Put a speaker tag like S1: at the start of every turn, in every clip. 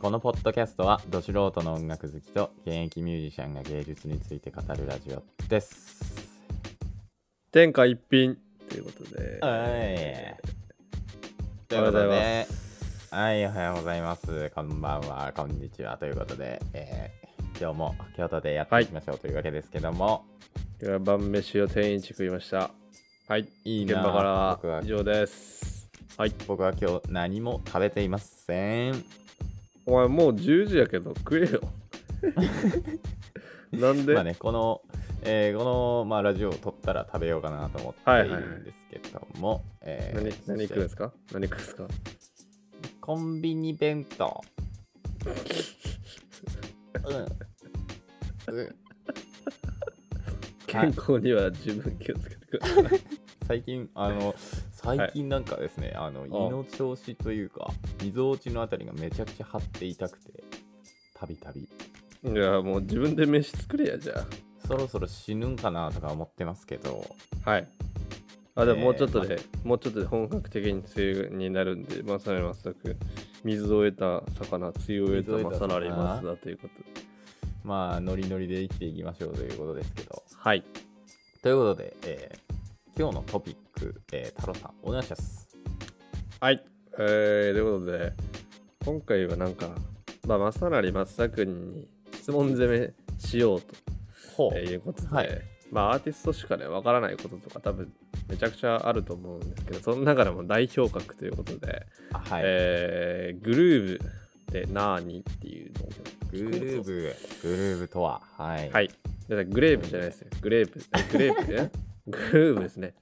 S1: このポッドキャストはど素人の音楽好きと現役ミュージシャンが芸術について語るラジオです
S2: 天下一品ということで。
S1: はいと
S2: お
S1: い
S2: は
S1: うこ
S2: ようござい
S1: と
S2: ま。
S1: ですはいおはようございますこんばんはこんにちはということで、えー今日も京都でやっていきましょうというわけですけども、
S2: 今日は晩飯を天一食いました。はい。
S1: い、い
S2: 現
S1: な
S2: 場
S1: あ
S2: か
S1: 僕
S2: ら
S1: は
S2: は以上です。はい。
S1: 僕は今日何も食べていません
S2: お前もう10時やけど食 えよ。なんで、
S1: まあね、この、えーこの、まあ、ラジオを撮ったら食べようかなと思って
S2: はい
S1: い
S2: はいはい
S1: るんですけども、えー
S2: 何何
S1: そ
S2: 食う
S1: し
S2: んで
S1: て
S2: すか何食うんですか
S1: コンビニ弁当。うん。うん
S2: 健康には十分気をつけてください。
S1: 最近、あの、最近なんかですね、あの、胃の調子というか、みぞおちのあたりがめちゃくちゃ張って痛くて、たびたび、
S2: いや、もう自分で飯作れや、じゃ
S1: そろそろ死ぬんかなとか思ってますけど、
S2: あ。はい。あ、でも
S1: えー
S2: もうちょっとで、もうちょっとで本格的に梅雨になるんで、まさにまさく、水を得た魚、梅雨を得たまさなりますだということで。
S1: まあ、ノリノリで生きていきましょうということですけど、
S2: はい。
S1: ということで、えー今日のトピック、えー、太郎さん、お願いします。
S2: はい。えー、ということで、今回はなんか、まあ、まさなりまさくんに質問攻めしようと
S1: ほ
S2: えーいうことで、
S1: はい
S2: まあアーティストしかねわからないこととか多分めちゃくちゃあると思うんですけどその中でも代表格ということで、
S1: あはい、
S2: えーグルーヴって何っていうのを
S1: グルーヴ、
S2: ブ
S1: グルーヴとは、はい。
S2: はいだからグレープじゃないですよグレープえグレープねグルーヴですね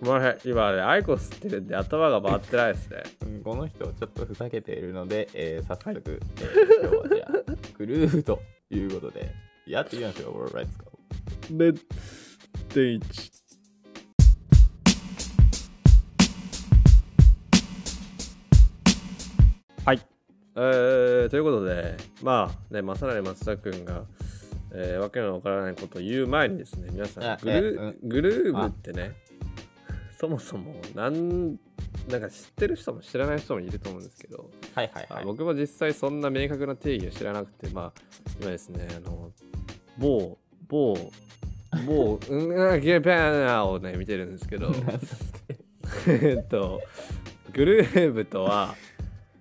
S2: もうね今ねアイコスってるんで頭が回ってないですね
S1: うんこの人、ちょっとふざけているので、えー早速、えー今日はじゃあ、グルーヴということで、やっていきましょう。Alright, let's go.
S2: レッツデイチはい、えー、ということでまあね正成松田君が、えー、わけのわからないことを言う前にですね皆さん
S1: あ
S2: グル,、
S1: え
S2: グルーブってねそもそもなんなんか知ってる人も知らない人もいると思うんですけど、
S1: はいはいは
S2: あ
S1: い。
S2: 僕も実際そんな明確な定義を知らなくて、まあ、今ですね、あの、某、某、 某、うん、あゲーペーナーをね、見てるんですけど、 えっと、グルーブとは、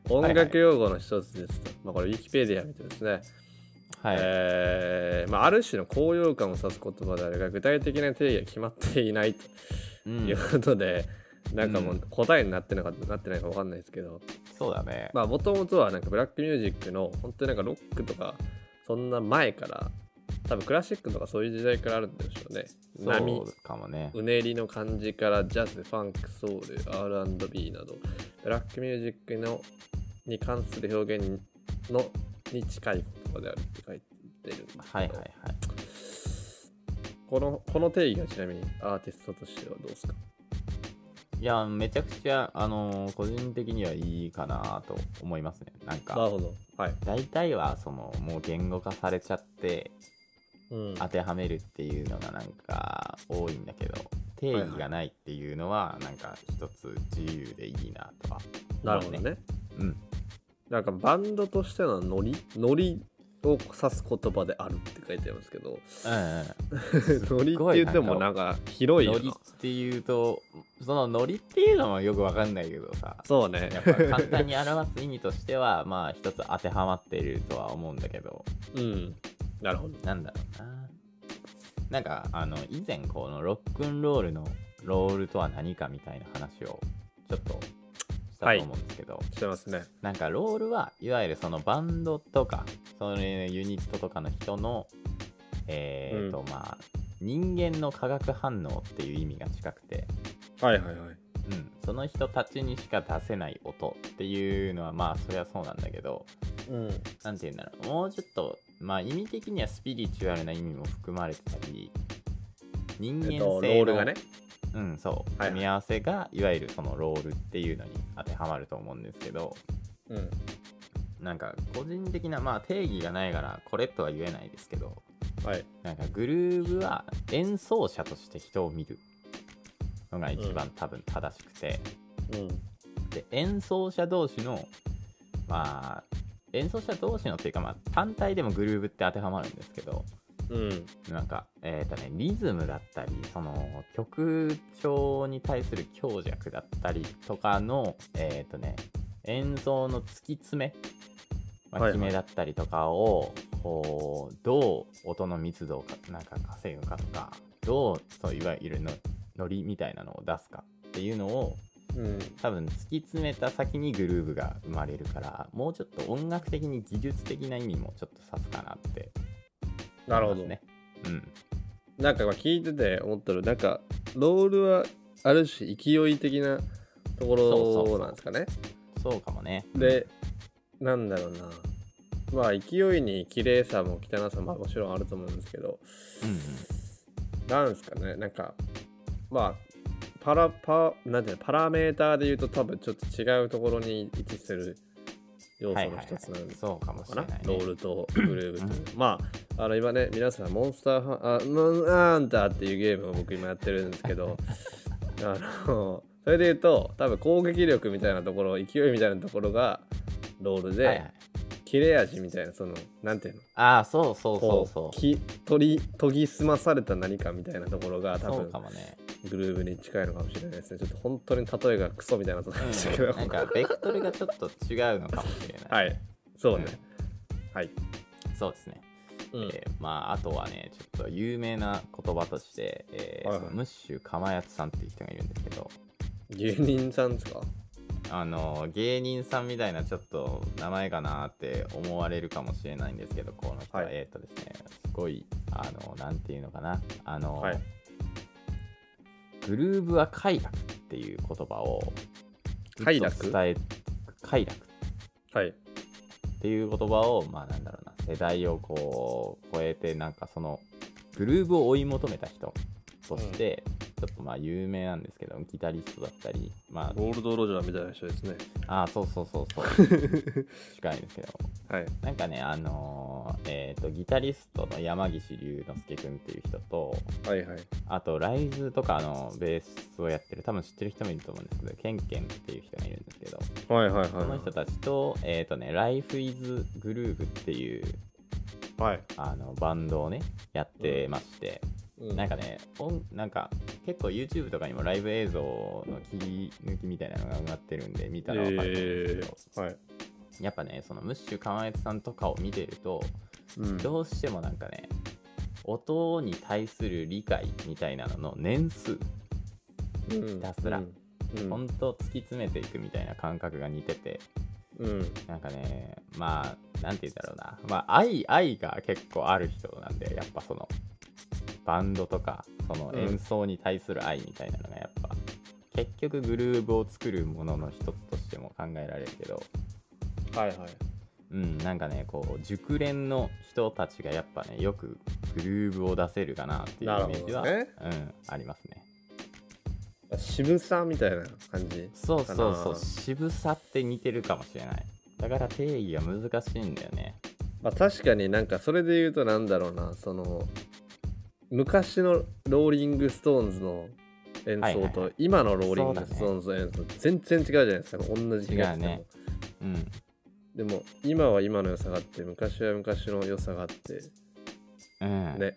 S2: 音楽用語の一つですと。まあ、これ、ウィキペディアみたいですね。
S1: はい
S2: えーまあ、ある種の高揚感を指す言葉であるが、具体的な定義は決まっていないと
S1: うん
S2: いうことで、なんかも
S1: う
S2: う答えになってるのか、なってないか分かんないですけど、
S1: そうだね。
S2: まあもともとはなんかブラックミュージックの本当になんかロックとかそんな前から多分クラシックとかそういう時代からあるんでしょうね波
S1: そうかもね。
S2: うねりの感じからジャズファンクソウル R&B などブラックミュージックのに関する表現のに近い言葉であるって書いてるんですけど
S1: はいはいはい。
S2: このこの定義はちなみにアーティストとしてはどうですか
S1: いや、めちゃくちゃ、あのー個人的にはいいかなと思いますね。なん
S2: なる
S1: か、
S2: ほどはい、
S1: 大体は、その、もう言語化されちゃって、
S2: うん、
S1: 当てはめるっていうのがなんか多いんだけど定義がないっていうのはなんか一つ自由でいいなとは、
S2: なるほどね
S1: うん
S2: なんかバンドとしてのノリノリを指す言葉であるって書いてありますけ ど
S1: うん
S2: ノリって言ってもなんか広い
S1: ノ
S2: よ
S1: リ
S2: な
S1: っていうとそのノリっていうのもよくわかんないけどさ
S2: そうね
S1: やっぱ簡単に表す意味としてはまあ一つ当てはまっているとは思うんだけど
S2: うんなるほど
S1: なんだろうななんかあの以前このロックンロールのロールとは何かみたいな話をちょっとしたと思うんですけど、
S2: してますね
S1: なんかロールはいわゆるそのバンドとかそのユニットとかの人のえーと、まあ人間の化学反応っていう意味が近くて、
S2: はいはいはい
S1: うん、その人たちにしか出せない音っていうのはまあそりゃそうなんだけど
S2: うん
S1: 何て言うんだろうもうちょっとまあ意味的にはスピリチュアルな意味も含まれてたり人間
S2: え
S1: 性
S2: っ
S1: の、
S2: とロールがね
S1: うんそう
S2: はいはい
S1: 組み合わせがいわゆるそのロールっていうのに当てはまると思うんですけど、
S2: うん
S1: なんか個人的なまあ定義がないからこれとは言えないですけど
S2: はい
S1: なんかグルーヴは演奏者として人を見るのが一番多分正しくて、
S2: うん
S1: で演奏者同士のまあ演奏者同士のっていうか、まあ、単体でもグルーブって当てはまるんですけど、
S2: うん。
S1: なんか、えっ、とね、リズムだったり、その曲調に対する強弱だったりとかの、えっ、とね、演奏の突き詰め、まあ、
S2: はいはい
S1: 決めだったりとかを、こう、どう音の密度をかなんか稼ぐかとか、どう、そういわゆるのノリみたいなのを出すかっていうのを、
S2: うん。
S1: 多分突き詰めた先にグルーブが生まれるから、もうちょっと音楽的に技術的な意味もちょっと指すかなって
S2: なる
S1: 思
S2: ほ
S1: いますね。
S2: ど。
S1: うん。
S2: なんかまあ聞いてて思ったのなんかロールはある種勢い的なと
S1: そ
S2: こ
S1: うそうそ
S2: ろ
S1: う
S2: なんですかね。
S1: そうかもね。
S2: で、なんだろうな。まあ勢いに綺麗さも汚さももちろんあると思うんですけど、
S1: うんうん、
S2: なんですかね、なんか、まあ、パラパなんていうのパラメーターで言うと多分ちょっと違うところに位置する要素の一つなんです
S1: そうかもし
S2: か
S1: れ
S2: な、
S1: ない、ね。
S2: ロールと グルーブという、まああの今ね皆さんモンスターハンあモンハンターっていうゲームを僕今やってるんです けどあのそれで言うと多分攻撃力みたいなところ勢いみたいなところがロールで、
S1: はいはい、
S2: 切れ味みたいなそのなんていうの
S1: ああ、そうそうそ
S2: こ
S1: うそう。
S2: き取り研ぎ澄まされた何かみたいなところが多
S1: そう
S2: 分
S1: かもね。
S2: グルーブに近いのかもしれないですねちょっと本当に例えがクソみたいなことなんでしたけど、
S1: なんか、ベクトルがちょっと違うのかもしれない。
S2: はいそうね、はい、
S1: そうですね。
S2: うん
S1: えーまあ、あとはね、ちょっと有名な言葉として、えー
S2: はいはい
S1: そのムッシュかまやつさんっていう人がいるんですけど、
S2: 芸人さんですか
S1: あの芸人さんみたいなちょっと名前かなって思われるかもしれないんですけどこの人は、
S2: はい
S1: えっ、とですねすごいあのなんていうのかなあの、
S2: はい
S1: グルーブは快楽っていう言葉を
S2: 快楽
S1: 伝え快楽
S2: はい
S1: っていう言葉をまあなんだろうな世代をこう超えてなんかそのグルーブを追い求めた人として、ちょっとまあ有名なんですけどギタリストだったりまあ
S2: ゴールド・ロジャーみたいな人ですね
S1: あーそうそうそうそう近いんですけど
S2: はい
S1: なんかね、あのーえっ、と、ギタリストの山岸龍之介くんっていう人と、
S2: はいはい
S1: あと、ライズとかのベースをやってる、多分知ってる人もいると思うんですけど、ケンケンっていう人がいるんですけど、
S2: はいはい
S1: その人たちと、えっ、とね、Life is Groove っていう
S2: はい
S1: あのバンドをね、やってまして、
S2: うん
S1: なんかね、音なんか結構 YouTube とかにもライブ映像の切り抜きみたいなのが上がってるんで、見たらわかると思うんですけど、
S2: えーはい
S1: やっぱね、そのムッシュかまえつさんとかを見てると、
S2: うん
S1: どうしてもなんかね音に対する理解みたいなのの年数
S2: ひ
S1: たすら
S2: うんうん
S1: ほんと突き詰めていくみたいな感覚が似てて
S2: うん
S1: なんかねまあなんて言うんだろうなまあ愛愛が結構ある人なんでやっぱそのバンドとかその
S2: うん
S1: 演奏に対する愛みたいなのがやっぱ、結局グルーブを作るものの一つとしても考えられるけど
S2: はいはい
S1: うん、なんかねこう熟練の人たちがやっぱねよくグルーブを出せるかなっていうイメージは、
S2: なる
S1: うん、ありますね
S2: 渋さみたいな感じ
S1: そうそうそ
S2: か
S1: う
S2: な
S1: 渋さって似てるかもしれないだから定義が難しいんだよね
S2: まあ、確かになんかそれで言うとなんだろうなその昔のローリング・ストーンズの演
S1: はい
S2: 奏
S1: はいは
S2: と今のローリング・ストーンズの演奏全然違うじゃないですか同じ気がしても、
S1: 違うねうん
S2: でも今は今の良さがあって昔は昔の良さがあって
S1: うん、
S2: ね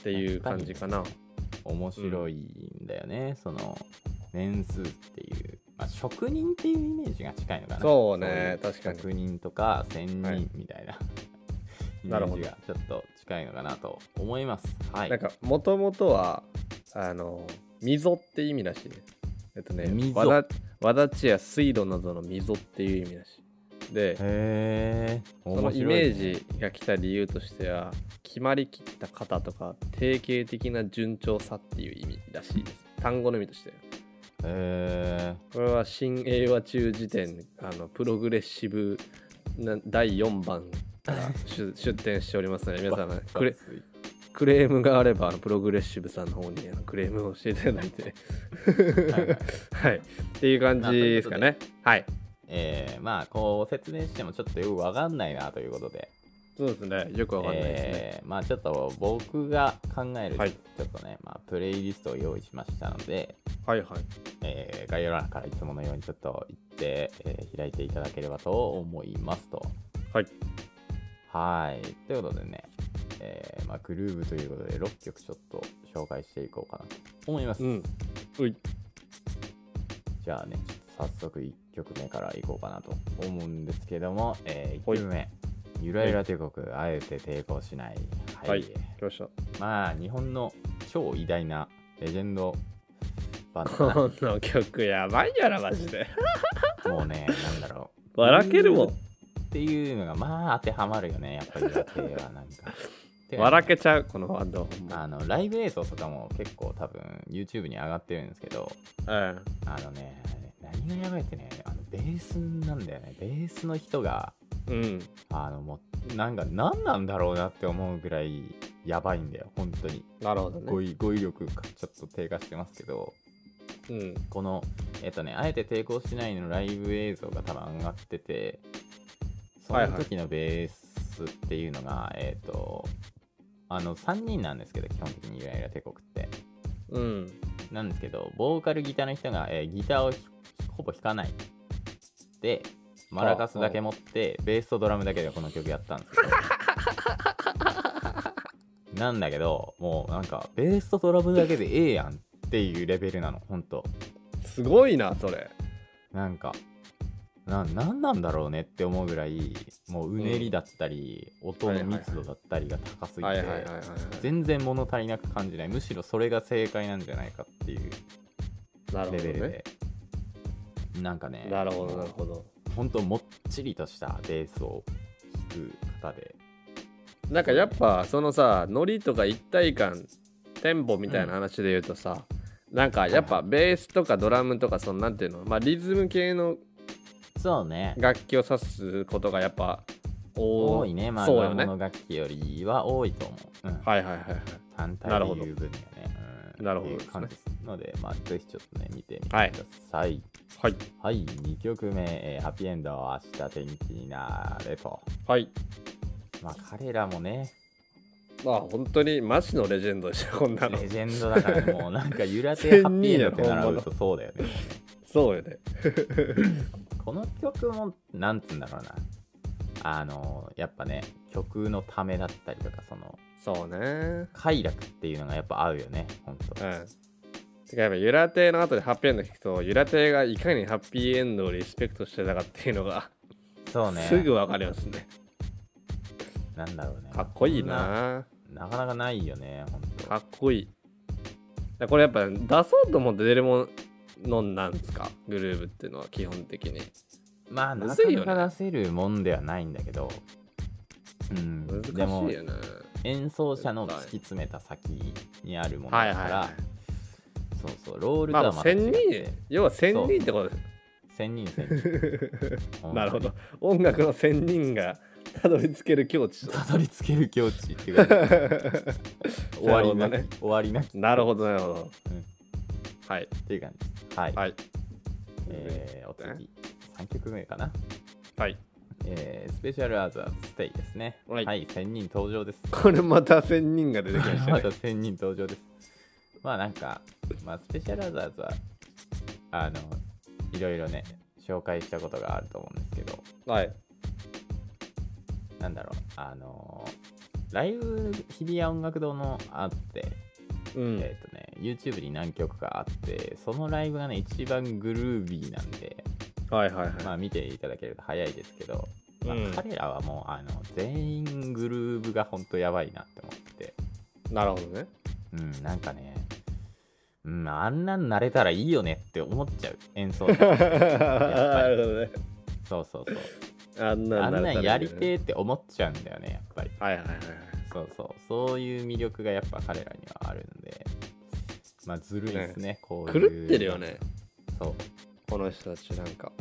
S2: っていう感じかな
S1: 面白いんだよね、その年数っていう、まあ、職人っていうイメージが近いのかな
S2: そうね
S1: そういう
S2: 確かに
S1: 職人とか仙
S2: はい
S1: 人みたいな、イメ
S2: なる
S1: ー
S2: ほ
S1: ジ
S2: ど
S1: がちょっと近いのかなと思いますはい
S2: なんかもともとはあの溝って意味らしいねえっとね
S1: 溝
S2: わだわだちや水路などの溝っていう意味らしいで、
S1: へえ。
S2: その
S1: 面白い
S2: イメージが来た理由としては決まりきった型とか定型的な順調さっていう意味らしいです単語の意味として
S1: へ
S2: これは新英和中辞典あのプログレッシブな第4番から出出展しており ますので
S1: え。
S2: 皆さん
S1: バ
S2: クレ
S1: バツイ
S2: クレームがあればあのプログレッシブさんの方にあのクレームをしていただいて
S1: はいはい
S2: はいっていう感じですかねはい
S1: えーまあこう説明してもちょっとよくわかんないなということで、
S2: そうですね。よくわかんないですね。
S1: えーまあちょっと僕が考える、
S2: はい
S1: ちょっとね、まあ、プレイリストを用意しましたので、
S2: はいはい。
S1: えー概要欄からいつものようにちょっと行って、えー開いていただければと思いますと。
S2: はい。
S1: はい。ということでね、えーまあ、グルーブということで6曲ちょっと紹介していこうかなと思います。
S2: うん。うい。
S1: じゃあね、ちょっと早速1曲目からいこうかなと思うんですけども、え
S2: はい
S1: 1曲目、ゆらゆら帝国、あえて抵抗しない。はい。
S2: はい来ました。
S1: まあ、日本の超偉大なレジェンドバン ドだ
S2: この曲やばいやろ、マジで。
S1: なもうね、なんだろう。
S2: ばらけるもん
S1: っていうのが、まあ当てはまるよね、やっぱり裏系はなんか。てかね
S2: 笑けちゃう、このバンド。ほん
S1: あ
S2: ま
S1: のライブ映像とかも結構多分 YouTube に上がってるんですけど
S2: うん。
S1: あのね何がやばいってねあのベースなんだよねベースの人が
S2: うん。
S1: あのもうなんか何なんだろうなって思うぐらいやばいんだよ本当に
S2: なるほど
S1: 語
S2: ね。
S1: 彙語彙力かちょっと低下してますけど
S2: うん。
S1: このえっとねあえて抵抗しないのライブ映像が多分上がっててそ
S2: はい
S1: の
S2: はい
S1: 時のベースっていうのが、えっとあの3人なんですけど基本的にゆらゆら帝国って
S2: うん。
S1: なんですけど、ボーカルギターの人が、えーギターをひほぼ弾かない。で、マラカスだけ持って、ベースとドラムだけでこの曲やったんですけ ど。なんだけど、もうなんか、ベースとドラムだけでええやんっていうレベルなの、ほんと。
S2: すごいな、それ。
S1: なんか、ななんなんだろうねって思うぐらい、もううねりだったり、音の密度だったりが高すぎ
S2: はい
S1: て
S2: はい、はいはい。
S1: 全然物足りなく感じない。むしろそれが正解なんじゃないかっていう。
S2: なるほ
S1: レ
S2: ど
S1: ベルで、
S2: ね。
S1: なんかね
S2: なるほど、なるほど。
S1: 本当もっちりとしたベースを弾く方で
S2: なんかやっぱそのさノリとか一体感テンポみたいな話で言うとさ、なんかやっぱベースとかドラムとかそのなんていうの、まあ、リズム系の
S1: そうね
S2: 楽器を指すことがやっぱ多
S1: 多いねまあ
S2: そう
S1: ド
S2: よ
S1: ラ
S2: ね
S1: ムの楽器よりは多いと思う、うん、
S2: はいはいはいはい
S1: 単
S2: な
S1: 体
S2: る
S1: で
S2: ほど
S1: 言う分にはねうん
S2: なるほど
S1: っ
S2: で
S1: てい
S2: すね
S1: う感じですので、まあ、ぜひちょっとね見てみてくだ
S2: はい
S1: さい
S2: はい
S1: はい、2曲目、えーハッピーエンド明日天気になれ」と
S2: はい
S1: まあ彼らもね
S2: まあ本当にマジのレジェンドでしたこんなの
S1: レジェンドだからもうなんか揺らてハッピーエンドって習うとそうだよね
S2: そうよね
S1: この曲もなんつうんだろうなあのやっぱね曲のためだったりとかその
S2: そうね
S1: 快楽っていうのがやっぱ合うよね本当
S2: うんてかやっぱゆら亭の後でハッピーエンド聞くとゆら亭がいかにハッピーエンドをリスペクトしてたかっていうのが
S1: そうね
S2: すぐわかりますね
S1: なんだろうね
S2: かっこいいな
S1: そんななかなかないよね本当
S2: かっこいいだこれやっぱ出そうと思って出るものなんですかグルーブっていうのは基本的に
S1: まあ
S2: む
S1: な
S2: ず
S1: か
S2: いよね
S1: なか出せるもんではないんだけどうん
S2: 難し
S1: でも
S2: いよね
S1: 演奏者の突き詰めた先にあるもの
S2: はい
S1: だ
S2: はい
S1: から、
S2: は
S1: そうそうロー
S2: い
S1: ルと
S2: まあ
S1: は
S2: ま
S1: ま
S2: あ
S1: た違
S2: 1000
S1: って
S2: 人要は1000人ってことで
S1: 千人千人
S2: すなるほど音楽の1000人がたどり着ける 境地
S1: たどり着ける境地って いうか終わりなき、
S2: なるほどね
S1: 終わりなき
S2: なるほどなるほど
S1: うん
S2: はい
S1: っていう感じです。はい。
S2: はい
S1: えー、お次、3曲目かな。
S2: はい
S1: えー、スペシャルアザーステイですね。
S2: はい
S1: 1000人登場です。
S2: これまた1000人が出てきました
S1: ま
S2: ね
S1: た1000人登場です。まあなんか、まあ、スペシャルアザーズは、あの、いろいろね、紹介したことがあると思うんですけど、
S2: はい
S1: なんだろう、あのーライブ日比谷音楽堂のあって、
S2: うん
S1: えっ、とね、YouTube に何曲かあって、そのライブがね、一番グルービーなんで、
S2: はいはい
S1: ま
S2: は
S1: あ見ていただけると早いですけど、まあ
S2: うん
S1: 彼らはもうあの全員グルーブがほんとやばいなって思ってて、
S2: いなるほどね
S1: うん、なんかね、うん、あんなんなれたらいいよねって思っちゃう演奏者
S2: なるほどね
S1: そうそうそう
S2: あんな
S1: あん
S2: な
S1: な
S2: れた
S1: ん
S2: ら
S1: や
S2: い
S1: り
S2: いよね
S1: てえって思っちゃうんだよねやっぱり
S2: はいはいはい
S1: そうそうそういう魅力がやっぱ彼らにはあるんでまあずるいですねこう
S2: はい。
S1: いう
S2: 狂ってるよね、
S1: そう
S2: この人たちなんか。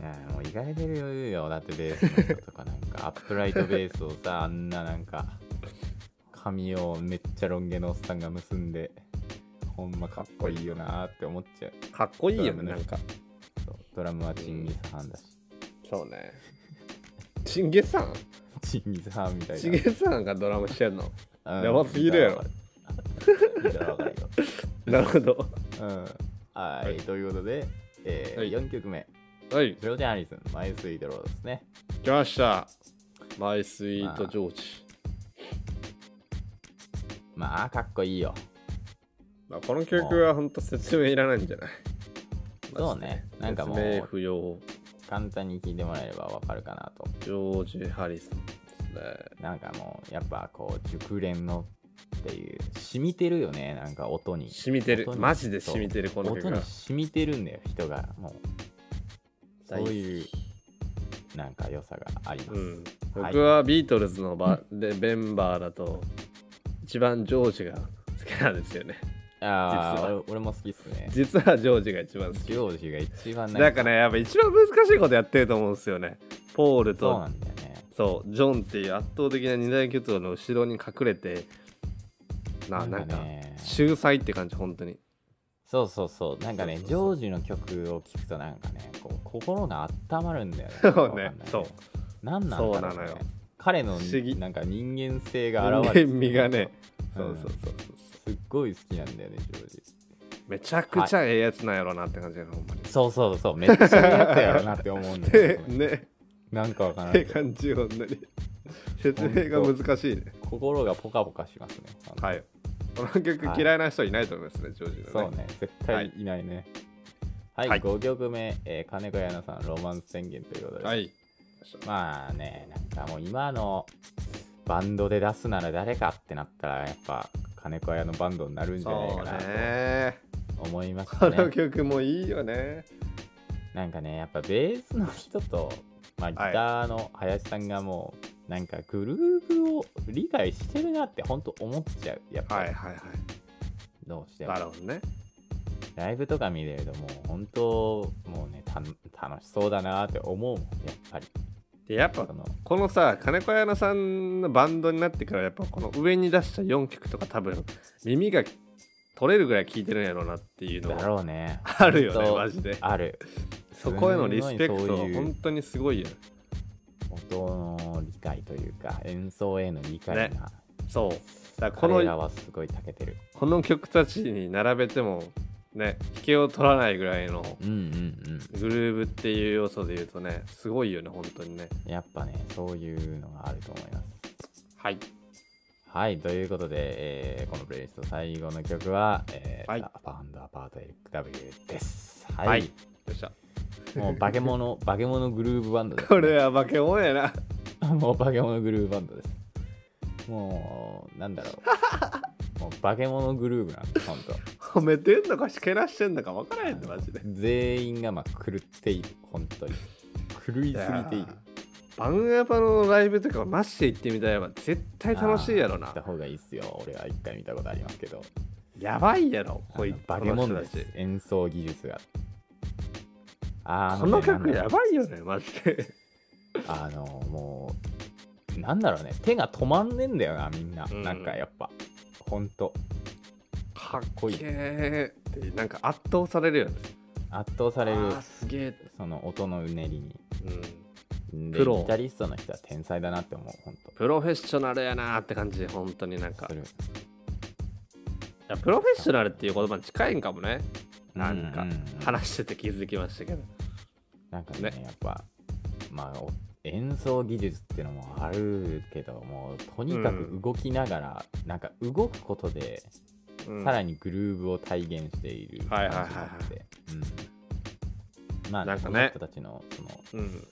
S1: いやもう意外でるよだってベースの人とかなん かアップライトベースをさあんななんか髪をめっちゃロン毛のおっさんが結んでほんまかっこいいよなーって思っちゃう
S2: かっこいいよ
S1: そうだ
S2: ね、
S1: ね
S2: なんか。
S1: そうドラムはチンギスハンだし、
S2: そうね。チンゲさん
S1: チンギスハンみたいな。
S2: しげつさんがドラムしてるの。
S1: うん
S2: やばすぎるやろ。
S1: 見たらわかるよ。
S2: なるほど。
S1: うん。はい、
S2: はい
S1: ということで、えー
S2: はい
S1: 4曲目、
S2: はい、
S1: ジョージ・アリスン、マイスイートロードですね。
S2: 来ました。マイスイートジョージ。
S1: まあ、かっこいいよ。
S2: まあ、この曲は本当説明いらないんじゃない
S1: そうね
S2: マジ
S1: な
S2: で
S1: んかもう
S2: 説明不要。
S1: 簡単に聴いてもらえればわかるかなと。
S2: ジョージ・ハリスンですね。
S1: なんかもう、やっぱこう、熟練のっていう、染みてるよね、なんか音に。
S2: 染みてる
S1: 音。に
S2: マジで染みてる、この
S1: 音に
S2: 曲が。
S1: 染みてるんだよ、人が。もう、そう
S2: 大好き
S1: いう、なんか良さがありま
S2: う
S1: す。
S2: ん、
S1: はい
S2: 僕はビートルズのバでメンバーだと一番ジョージが好きなんですよね
S1: あ
S2: 実
S1: あ、
S2: は
S1: 俺俺も好きっすね。
S2: 実はジョージが一番好
S1: ジ
S2: き
S1: ョージが一番
S2: なんかねやっぱ一番難しいことやってると思うんですよねポー
S1: そ
S2: ル
S1: う
S2: と
S1: なんだよね。
S2: そうジョンっていう圧倒的な二大巨頭の後ろに隠れてななんか
S1: ね
S2: 秀才って感じ本当に
S1: そうそうそうなんかね
S2: そうそうそう
S1: ジョージの曲を聴くとなんかねこう心が温まるんだよね
S2: そうねそう
S1: うなんなんだろう、ね、
S2: そうなのよ
S1: 彼の
S2: 不思議
S1: なんか人間性が
S2: 人
S1: 現れ
S2: 間
S1: てる
S2: 味がね
S1: う
S2: そ
S1: ん
S2: うそうそうそう
S1: すっごい好きなんだよねジョージ
S2: めちゃくちゃええやつなんやろなって感じやなほんまに
S1: そうそうそうめっちゃいいやつやろなって思うんだけ
S2: で
S1: ど、ね、
S2: ね
S1: なんかわから
S2: っ
S1: ん
S2: て
S1: けど
S2: 感じ本当に説明が難しいね
S1: 心がポカポカしますねい
S2: はい。この曲嫌いな人いないと思いますね、ジョージのね。
S1: そうね絶対いないねはい、
S2: はい
S1: 5曲目、えー金子屋奈さんロマンス宣言ということです、
S2: はい。
S1: まあね、なんかもう今のバンドで出すなら誰かってなったら、やっぱ金子屋のバンドになるんじゃない
S2: そう
S1: かな
S2: ね。
S1: と思いまし
S2: こ
S1: たね。
S2: の曲もいいよね。
S1: なんかね、やっぱベースの人と、まあ、ギターの林さんがもう、なんかグルーブを理解してるなって本当思っちゃう。やっぱ
S2: はい
S1: り
S2: はいは
S1: どうし
S2: い。
S1: ても。
S2: なるほどね。
S1: ライブとか見れるともう本当、もうね、た楽しそうだなって思うもん、やっ ぱり。
S2: で、やっぱ
S1: その
S2: このさ、金子屋奈さんのバンドになってから、やっぱこの上に出した4曲とか多分、耳が取れるぐらい聴いてるんやろうなっていうの
S1: だ
S2: が
S1: ろうね。
S2: あるよ
S1: 本
S2: ね、
S1: 当
S2: マジで。
S1: ある。
S2: そこへのリスペク
S1: す
S2: ト、
S1: ごいそういう
S2: 本当にすごいよね。
S1: 音の理解というか演奏への理解が、
S2: ねそう。だからこ
S1: 彼ら
S2: の
S1: はすごい長けてる
S2: この曲たちに並べても、ね、引けを取らないぐらいの
S1: うんうん
S2: グルーブっていう要素で言うとね、すごいよね、本当にね。
S1: うんやっぱねそういうのがあると思います
S2: はい。
S1: はいということで、えーこのプレイリスト最後の曲は「えー
S2: はい
S1: バンドアパート LW」ですはい、
S2: はいよっしゃ。
S1: もう化け物 化け物グルーヴバンドです、ね、
S2: これは化け物やな。
S1: もう化け物グルーヴバンドですもうなんだろ うもう化け物グルーヴなんですほんと
S2: 褒めてんのかしけらしてんのか分からへんの、 マジで。
S1: 全員がまあ狂っている本当に狂いすぎている
S2: バンアパのライブとかマジで行ってみたいわ。絶対楽しいやろ
S1: あー行
S2: な
S1: った。方がいいっすよ。俺は一回見たことありますけど。
S2: やばいやろ、こ
S1: あ
S2: い
S1: のバケモン
S2: この
S1: で
S2: 人た
S1: す
S2: ち。
S1: 演奏技術が。あー
S2: この曲
S1: なんだ
S2: や
S1: ろ
S2: ばいよね、マジで。
S1: うあの、もう、なんだろうね。手が止まんねえんだよな、みんな。
S2: うん
S1: なんかやっぱ、ほんと、
S2: かっ
S1: こいい
S2: けーって、なんか圧倒されるよね。
S1: 圧倒さ
S2: あ
S1: れる、
S2: ーすげえ。
S1: その音のうねりに。
S2: うん。
S1: で、
S2: プロ
S1: ギタリストの人は天才だなって思う、ほんと。
S2: プロフェッショナルやなーって感じ、本当になんか
S1: す。る
S2: いやプロフェッショナルっていう言葉に近いんかもね。なんか
S1: ううう
S2: 話してて気づきましたけど。
S1: なんかね
S2: ね
S1: やっぱまあお演奏技術ってのもあるけどもうとにかく動きながら、なんか動くことで、
S2: うん
S1: さらにグルーヴを体現している
S2: はいはいはい
S1: 感じがあってうんまあ
S2: なんかね
S1: この人たちのその
S2: うん。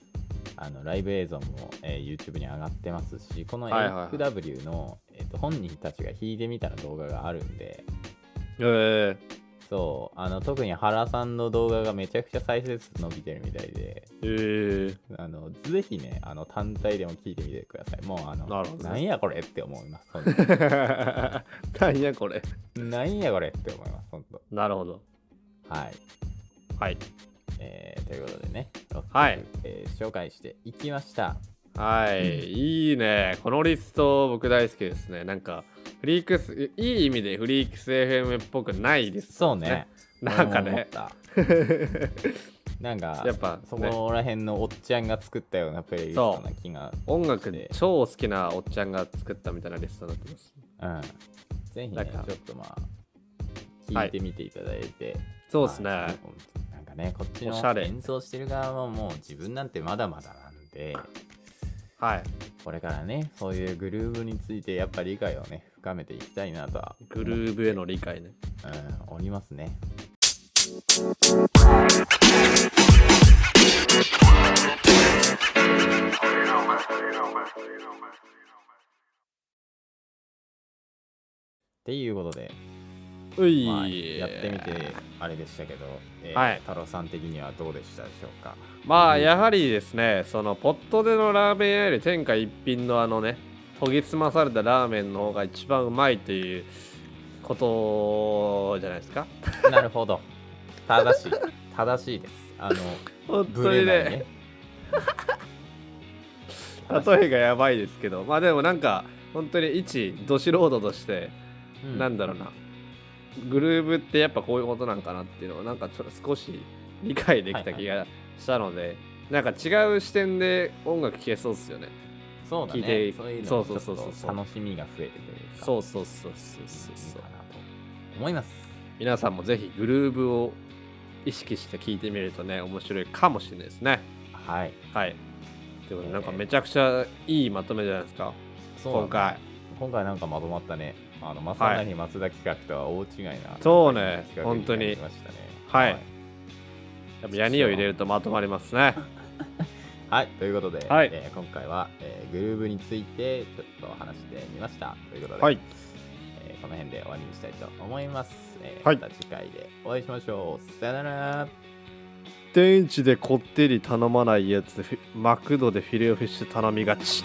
S1: あのライブ映像も、えー YouTube に上がってますしこの
S2: はいはいはい
S1: AFW の、えーと本人たちが弾いてみたの動画があるんで
S2: え
S1: そうあの特に原さんの動画がめちゃくちゃ再生数伸びてるみたいで
S2: ー、えー、
S1: あのぜひね、あの単体でも聞いてみてください。もうあの、
S2: なるほどね
S1: なんやこれって思います。ほん と
S2: なんやこれ。
S1: なんやこれって思います。本当。
S2: なるほど。
S1: はい、
S2: はい。
S1: えーということでね、6曲
S2: はい
S1: えー紹介していきました。
S2: はい。いいね。このリスト、僕大好きですね。なんか、フリークス、いい意味でフリークス FM っぽくないです、
S1: そうね。
S2: なんか
S1: 俺も思っ
S2: ね。
S1: たなんか
S2: やっぱね
S1: そこら辺のおっちゃんが作ったようなプレイリストな気が
S2: 音楽超好きなおっちゃんが作ったみたいなリストになってます
S1: うんぜひ
S2: なん
S1: ね
S2: か
S1: ちょっとまあ聞
S2: はい
S1: いてみていただいて、
S2: そうですね、
S1: まあなんかねこっち
S2: おしゃ
S1: の
S2: れ
S1: 演奏してる側はもう自分なんてまだまだなんで
S2: はい
S1: これからねそういうグルーブについてやっぱ理解をね深めていきたいなとは
S2: グルーブへの理解ね
S1: うんおりますねっていうことで、
S2: うい、
S1: まあやってみてあれでしたけど、えー
S2: はい
S1: 太郎さん的にはどうでしたでしょうか
S2: まあやはりですねそのポットでのラーメン屋より天下一品のあのね研ぎ澄まされたラーメンの方が一番うまいということじゃないですか
S1: なるほど。正しい。正しいです。あの、
S2: 本
S1: ぶ
S2: 当
S1: れ
S2: に
S1: ない
S2: ね
S1: ね。
S2: 例えがやばいですけどまあでもなんか本当に一ど素人として、
S1: うん
S2: なんだろうなグルーブってやっぱこういうことなんかなっていうのをなんかちょっと少し理解できた気がしたので、なんか違う視点で音楽聴けそうですよね
S1: そうだね。
S2: 聞いて
S1: そういうの
S2: そ
S1: も
S2: う
S1: ち
S2: そ
S1: ょ
S2: う
S1: っ
S2: そうそう
S1: と楽しみが増えてというか。
S2: そううそうそうそうそうそう
S1: かなと思います。
S2: 皆さんもぜひグルーブを意識して聴いてみるとね面白いかもしれないですね
S1: はい。
S2: はいというこ
S1: え
S2: と
S1: ー
S2: でなんかめちゃくちゃいいまとめじゃないですか
S1: そうなん
S2: 今
S1: だ。
S2: 回
S1: 今回なんかまとまったね。あの、まさなに松田企画とは大違いな。
S2: そうね
S1: 企画になりましたね
S2: はいやっぱヤニを入れるとまとまりますね
S1: はい、ということで、
S2: はい
S1: えー今回は、えーグルーブについてちょっと話してみました。ということで、
S2: はい
S1: えーこの辺で終わりにしたいと思います。えー
S2: はい
S1: また次回でお会いしましょう。さよなら。
S2: 電池でこってり頼まないやつマクドでフィレオフィッシュ頼みがち